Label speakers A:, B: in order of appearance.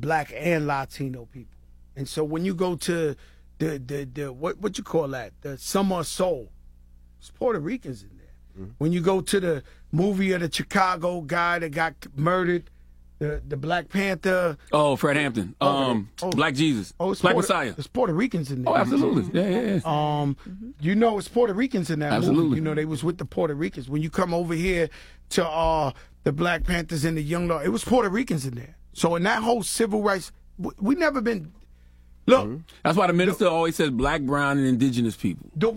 A: black and Latino people. And so when you go to the the the what what you call that the summer of soul, it's Puerto Ricans in there.
B: Mm-hmm.
A: When you go to the movie of the Chicago guy that got murdered, the the Black Panther.
B: Oh, Fred Hampton. Um,
A: Oh.
B: Black Jesus.
A: Oh, it's
B: Black
A: Puerto,
B: Messiah.
A: It's Puerto Ricans in there.
B: Oh, absolutely. Yeah, yeah, yeah.
A: Um, you know, it's Puerto Ricans in that movie.
B: Absolutely.
A: You know, they was with the Puerto Ricans. When you come over here to uh the Black Panthers and the Young Law, it was Puerto Ricans in there. So in that whole civil rights, we, we never been. Look,
B: Mm-hmm. That's why the minister always says black, brown, and indigenous people.
A: the